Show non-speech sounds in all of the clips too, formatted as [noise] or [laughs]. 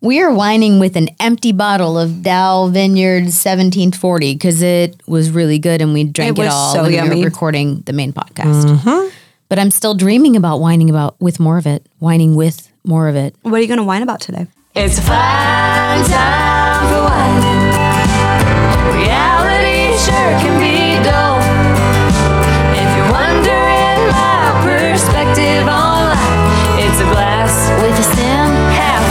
We are whining with an empty bottle of Dow Vineyard 1740 because it was really good and we drank It it, was all so when we yummy. Mm-hmm. were recording the main podcast. But I'm still dreaming about whining about with more of it, whining with more of it. What are you going to whine about today? It's a fine time for whining. Reality sure can be dull. If you're wondering my perspective on life, it's a glass with a stem half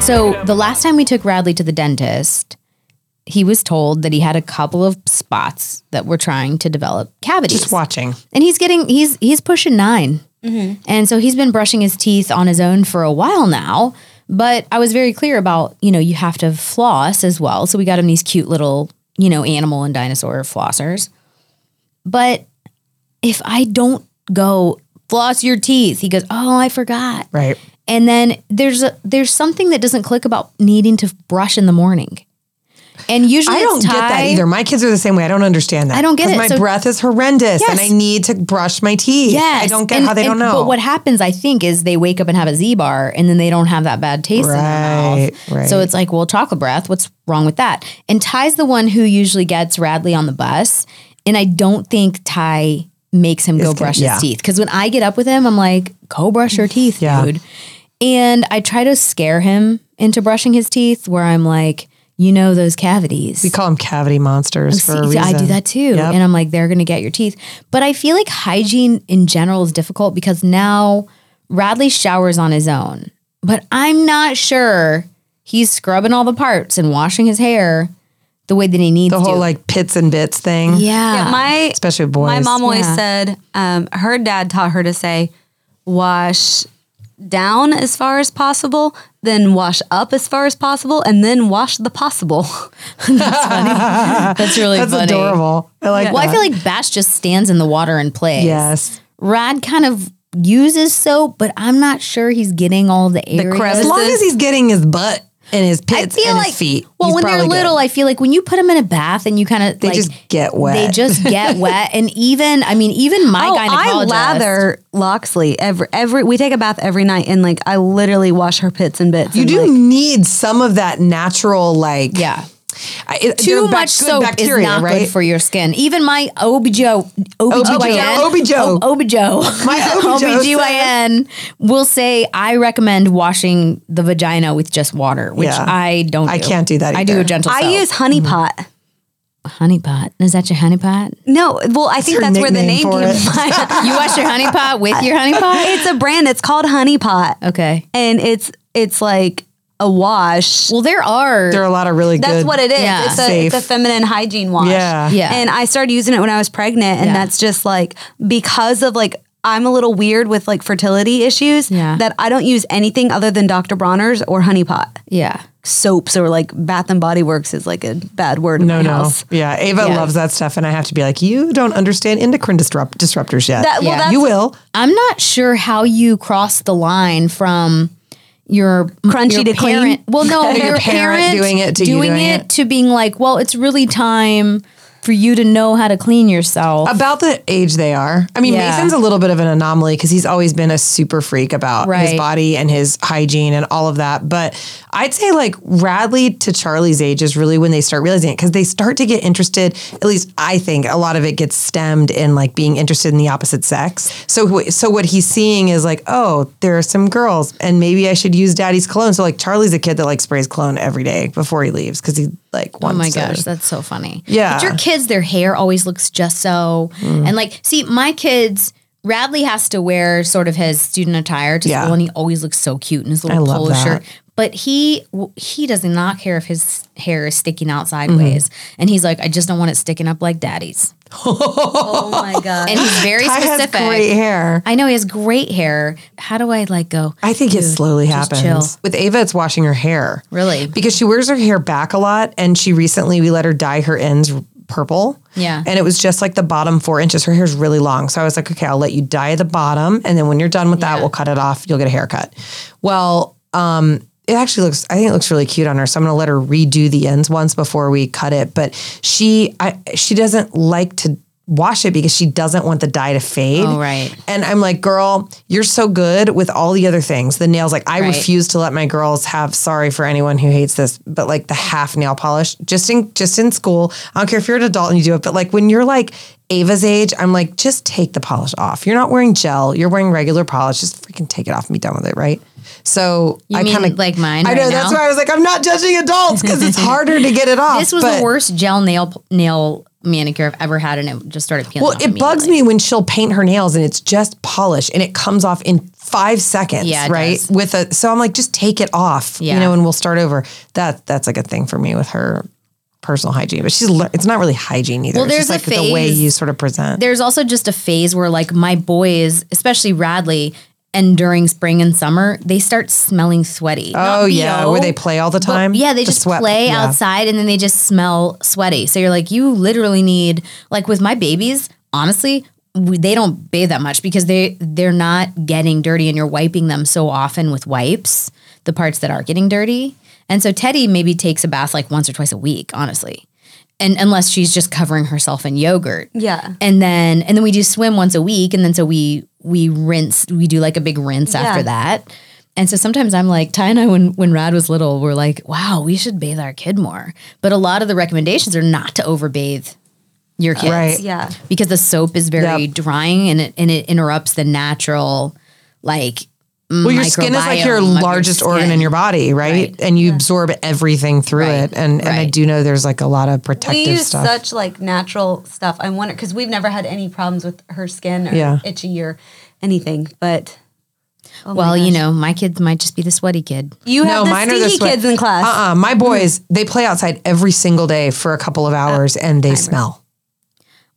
full. So the last time we took Radley to the dentist, he was told that he had a couple of spots that were trying to develop cavities. Just watching. and he's getting he's he's pushing 9 Mm-hmm. and so he's been brushing his teeth on his own for a while now but i was very clear about you know you have to floss as well so we got him these cute little you know animal and dinosaur flossers but if i don't go floss your teeth he goes oh i forgot Right. and then there's a there's something that doesn't click about needing to brush in the morning and usually I don't it's get that tied- either. My kids are the same way. I don't understand that. I don't get 'Cause it. My So- breath is horrendous and Yes. I need to brush my teeth. Yes. I don't get And- how they and- don't know. But what happens, I think, is they wake up and have a Z bar and then they don't have that bad taste in their Right, mouth. right. So it's like, well, chocolate breath, what's wrong with that? And Ty's the one who usually gets Radley on the bus. And I don't think Ty makes him go good, brush yeah. his teeth. Because when I get up with him, I'm like, go brush your teeth, Yeah. dude. And I try to scare him into brushing his teeth where I'm like, you know, those cavities. we call them cavity monsters for a See, reason. I do that too. Yep. And I'm like, they're going to get your teeth. But I feel like hygiene in general is difficult because now Radley showers on his own, but I'm not sure he's scrubbing all the parts and washing his hair the way that he needs the whole to. like pits and bits thing. yeah. my Especially with boys. my mom always Yeah. said um, her dad taught her to say wash down as far as possible, then wash up as far as possible, and then wash the possible. [laughs] That's really That's funny. adorable. I like Well, that. I feel like Bash just stands in the water and plays. yes. Rad kind of uses soap, but I'm not sure he's getting all the areas. crevices. As long as he's getting his butt and his I pits feel and like his feet. Well, he's when they're probably good. little, I feel like when you put them in a bath and you kind of they like, just get wet. They just [laughs] get wet, and even I mean, even my Oh, I gynecologist. lather Loxley every every. We take a bath every night, and like I literally wash her pits and bits. you and, do like- need some of that natural like Yeah, I- it- too they're bac- much good soap is not good for your skin. Even my OBGO, OBGYN, OBGYN. [laughs] OBGO, My OBGYN OBGYN will say I recommend washing the vagina with just water, which Yeah. I don't. I do. can't do that I do either. a gentle. I soap. use honey Mm-hmm. pot. honey pot. Is that your honey pot? No, well, I think her that's where the name nickname for came it. [laughs] from. [laughs] You wash your honey pot with your honey [laughs] pot. it's a brand. It's called Honey Pot, Okay. and it's it's like a wash. Well, there are. There are a lot of really That's good. what it is. Yeah. It's, a, it's a Safe. feminine hygiene wash. Yeah. Yeah. And I started using it when I was pregnant. And Yeah. that's just like because of like, I'm a little weird with like fertility issues Yeah. that I don't use anything other than Dr. Bronner's or Honey Pot yeah. soaps or like Bath and Body Works is like a bad word. In No, my no. [laughs] House. Yeah, Ava Yeah. loves that stuff, and I have to be like, you don't understand endocrine disrupt- disruptors yet. That- well, Yeah. that's- you will. I'm not sure how you cross the line from your your Crunchy to clean? parent- Well, [laughs] no, your, parent doing it to you doing doing it, it? to being like, well, it's really time for you to know how to clean yourself. About the age they are. I mean, Yeah. Mason's a little bit of an anomaly because he's always been a super freak about Right. his body and his hygiene and all of that. But I'd say like Radley to Charlie's age is really when they start realizing it because they start to get interested. At least I think a lot of it gets stemmed in like being interested in the opposite sex. So wh- so what he's seeing is like, oh, there are some girls, and maybe I should use Daddy's cologne. So like Charlie's a kid that like sprays cologne every day before he leaves because he like Oh wants. my to- gosh, that's so funny. Yeah. But your kids, their hair always looks just so. And like, see, my kids, Radley has to wear sort of his student attire to Yeah. school and he always looks so cute in his little love polo that. shirt. But he w- he does not care if his hair is sticking out sideways. Mm-hmm. And he's like, I just don't want it sticking up like daddy's. Oh my God. And [gasps] he's very Ty has specific. great hair. I know he has great hair. How do I like go? I think it slowly happens. chill. With Ava, it's washing her hair. Really? Because she wears her hair back a lot. And she recently, we let her dye her ends purple. Yeah. And it was just like the bottom four inches. Her hair's really long. So I was like, okay, I'll let you dye the bottom. And then when you're done with that, we'll cut it off. You'll get a haircut. Well, um, it actually looks, I think it looks really cute on her. So I'm going to let her redo the ends once before we cut it. But she, I, she doesn't like to wash it because she doesn't want the dye to fade. Oh, right. And I'm like, girl, you're so good with all the other things. The nails, like I Right. refuse to let my girls have. Sorry for anyone who hates this, but like the half nail polish, just in just in school. I don't care if you're an adult and you do it, but like when you're like Ava's age, I'm like, just take the polish off. You're not wearing gel. You're wearing regular polish. Just freaking take it off and be done with it, right? So You I mean kind of like mine I know right that's now? why I was like, I'm not judging adults because it's harder [laughs] to get it off. This was but- the worst gel nail nail manicure I've ever had, and it just started peeling. Well, off it bugs immediately. me when she'll paint her nails and it's just polish and it comes off in five seconds. Yeah, it right. does. With a so I'm like, just take it off, you Yeah. know, and we'll start over. That that's like a thing for me with her personal hygiene, but she's le- it's not really hygiene either. Well, it's there's just a like the way phase- you sort of present. There's also just a phase where, like, my boys, especially Radley, and during spring and summer, they start smelling sweaty. Not Oh yeah, BO, where they play all the but- time. yeah, they The just sweat- play yeah. outside and then they just smell sweaty. So you're like, you literally need like with my babies. Honestly, we, they don't bathe that much because they they're not getting dirty, and you're wiping them so often with wipes, the parts that are getting dirty. And so Teddy maybe takes a bath like once or twice a week, honestly, and unless she's just covering herself in yogurt. Yeah. And then and then we do swim once a week, and then so we we rinse. We do like a big rinse after that. And so sometimes I'm like Ty and I when when Rad was little, we're like, wow, we should bathe our kid more. But a lot of the recommendations are not to overbathe your kids, Right. Yeah. Because the soap is very Yep. drying and it and it interrupts the natural like. Well, your skin is like microbiome your of your largest organ skin. in your body, right? And you absorb everything through it. And and I Right. do know there's like a lot of We protective use stuff. such like natural stuff. I wonder because we've never had any problems with her skin or Yeah. itchy or anything. But oh Oh well, you know, my kids might just be the sweaty kid. you have the stinky sweat- kids in class. Uh-uh. My Mm-hmm. boys, they play outside every single day for a couple of Uh, hours and they smell.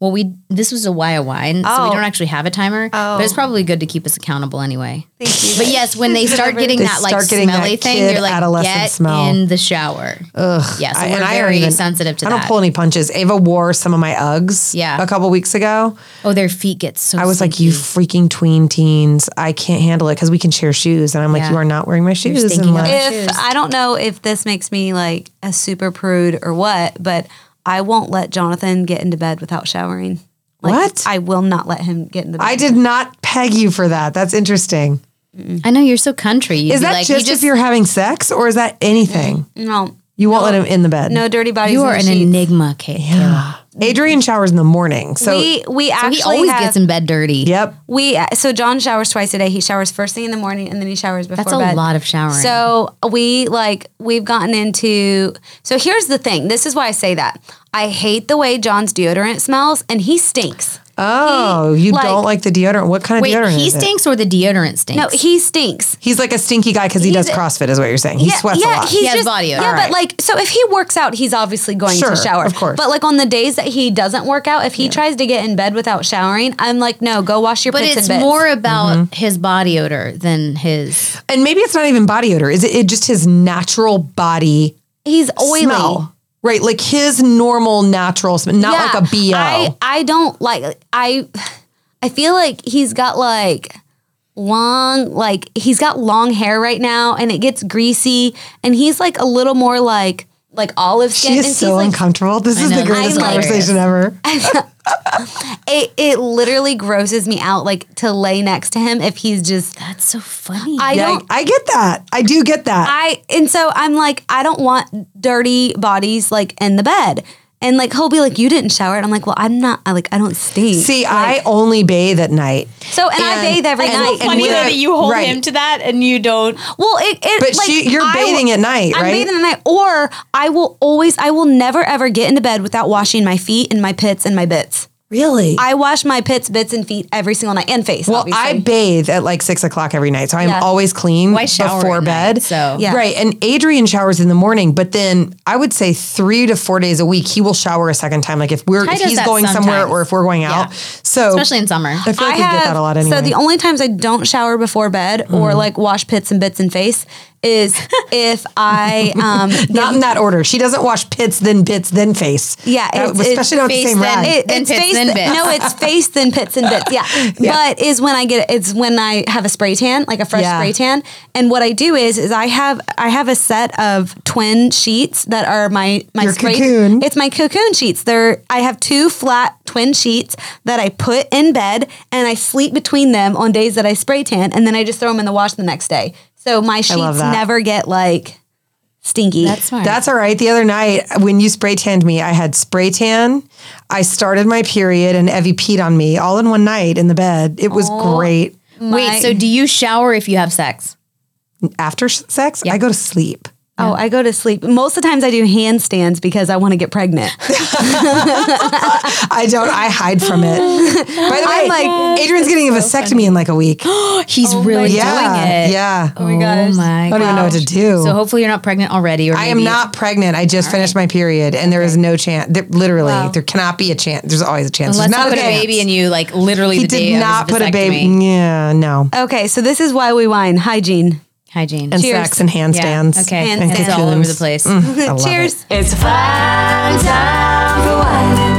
Well, we this was a YOY, and so Oh. we don't actually have a timer, Oh. but it's probably good to keep us accountable anyway. Thank you. But yes, when they [laughs] start getting They that like start getting that smelly thing, kid you're like, adolescent get smell." in the shower. Ugh. Yes, I- we're and I don't very even- sensitive to I that. don't pull any punches. Ava wore some of my Uggs Yeah. a couple weeks ago. oh, their feet get so. I was like, stinky. you freaking tween teens. I can't handle it because we can share shoes. And I'm like, Yeah. you are not wearing my shoes. stinking And up. like- Yeah. if I don't know if this makes me like a super prude or what, but I won't let Jonathan get into bed without showering. Like, What? I will not let him get into bed. I did not peg you for that. That's interesting. I know you're so country. You'd Is be that like, just, you just if you're having sex or is that anything? no, You won't let him in the bed. no dirty bodies. you in are the an sheets. enigma, Kate. Yeah. Adrian showers in the morning. So, We we So actually he always have, gets in bed dirty. yep. We so John showers twice a day. He showers first thing in the morning and then he showers before That's a bed. lot of showering. So we like we've gotten into. So here's the thing. This is why I say that I hate the way John's deodorant smells, and he stinks. Oh, you like- don't like the deodorant. What kind of Wait, deodorant he is it? stinks or the deodorant stinks? No, he stinks. He's like a stinky guy because he does CrossFit, is what you're saying. He sweats a lot. he's He has body odor. Yeah, Alright. but like, so if he works out, he's obviously going Sure, to shower. of course. But like on the days that he doesn't work out, if he tries to get in bed without showering, I'm like, no, go wash your but pits and it's bits. more about Mm-hmm. his body odor than his. and maybe it's not even body odor. Is it, it just his natural body he's oily. smell? Right, like his normal natural smell, not Yeah, like a bo. I, I don't like I I feel like he's got like long like he's got long hair right now and it gets greasy and he's like a little more like like olive skin she and is so she's like uncomfortable. This is know, the greatest I'm like- conversation ever. it, it literally grosses me out like to lay next to him if he's just That's so funny. I Yeah, don't I, get that. I do get that. I and so I'm like, I don't want dirty bodies like in the bed. And like he'll be like, You didn't shower. And I'm like, Well, I'm not I like I don't stink. See, I only bathe at night. so and, I and- bathe every and- night. and Funny though that you hold Right. him to that and you don't. Well, it, it But like, she, you're I will- bathing at night, I'm right? bathing at night, or I will always, I will never ever get into bed without washing my feet and my pits and my bits. really? I wash my pits, bits, and feet every single night and face. Well, obviously. I bathe at like six o'clock every night, so I'm Yeah. always clean Why shower before at bed. night, so- Yeah. right, and Adrian showers in the morning, but then I would say three to four days a week he will shower a second time, like if we're Ty if does he's that going somewhere sometimes. or if we're going out. Yeah. So Especially in summer. I feel like we get that a lot So anyway. Mm-hmm. the only times I don't shower before bed or like wash pits and bits and face [laughs] is if I um Not in that order. She doesn't wash pits, then bits, then face. Yeah, That- it's- it's especially not the face, same then rag. It- Then it's pits, face, then bits. No, it's face, then pits and bits. [laughs] Yeah. But is when I get it's when I have a spray tan, like a fresh Yeah. spray tan. And what I do is is I have I have a set of twin sheets that are my my Your spray cocoon. It's my cocoon sheets. They're I have two flat twin sheets that I put in bed and I sleep between them on days that I spray tan and then I just throw them in the wash the next day. So my love sheets that. never get like stinky. That's smart. That's all right. The other night when you spray tanned me, I had spray tan. I started my period and Evie peed on me all in one night in the bed. It was Oh. great. Wait, so do you shower if you have sex? After s- sex, I go to sleep. Oh, I go to sleep. Most of the times I do handstands because I want to get pregnant. I don't. I hide from [gasps] it. By the way, I'm like- Adrian's getting a vasectomy in like [gasps] a week. He's really yeah, doing it. yeah. Oh my gosh. I don't even know what to do. So hopefully you're not pregnant already. Or I am maybe- not pregnant. I just finished my period, and there is no chance. There, literally, there cannot be a chance. There's always a chance. Unless There's not you a put a chance. baby in you, like literally He the day did not of his put a vasectomy. baby. Yeah, no. Okay, so this is why we whine. Hygiene. Hygiene. And Yeah. sex and Mm. handstands. Okay. Handstands. It's all over the place. I love Cheers. it. It's a fine time for wine.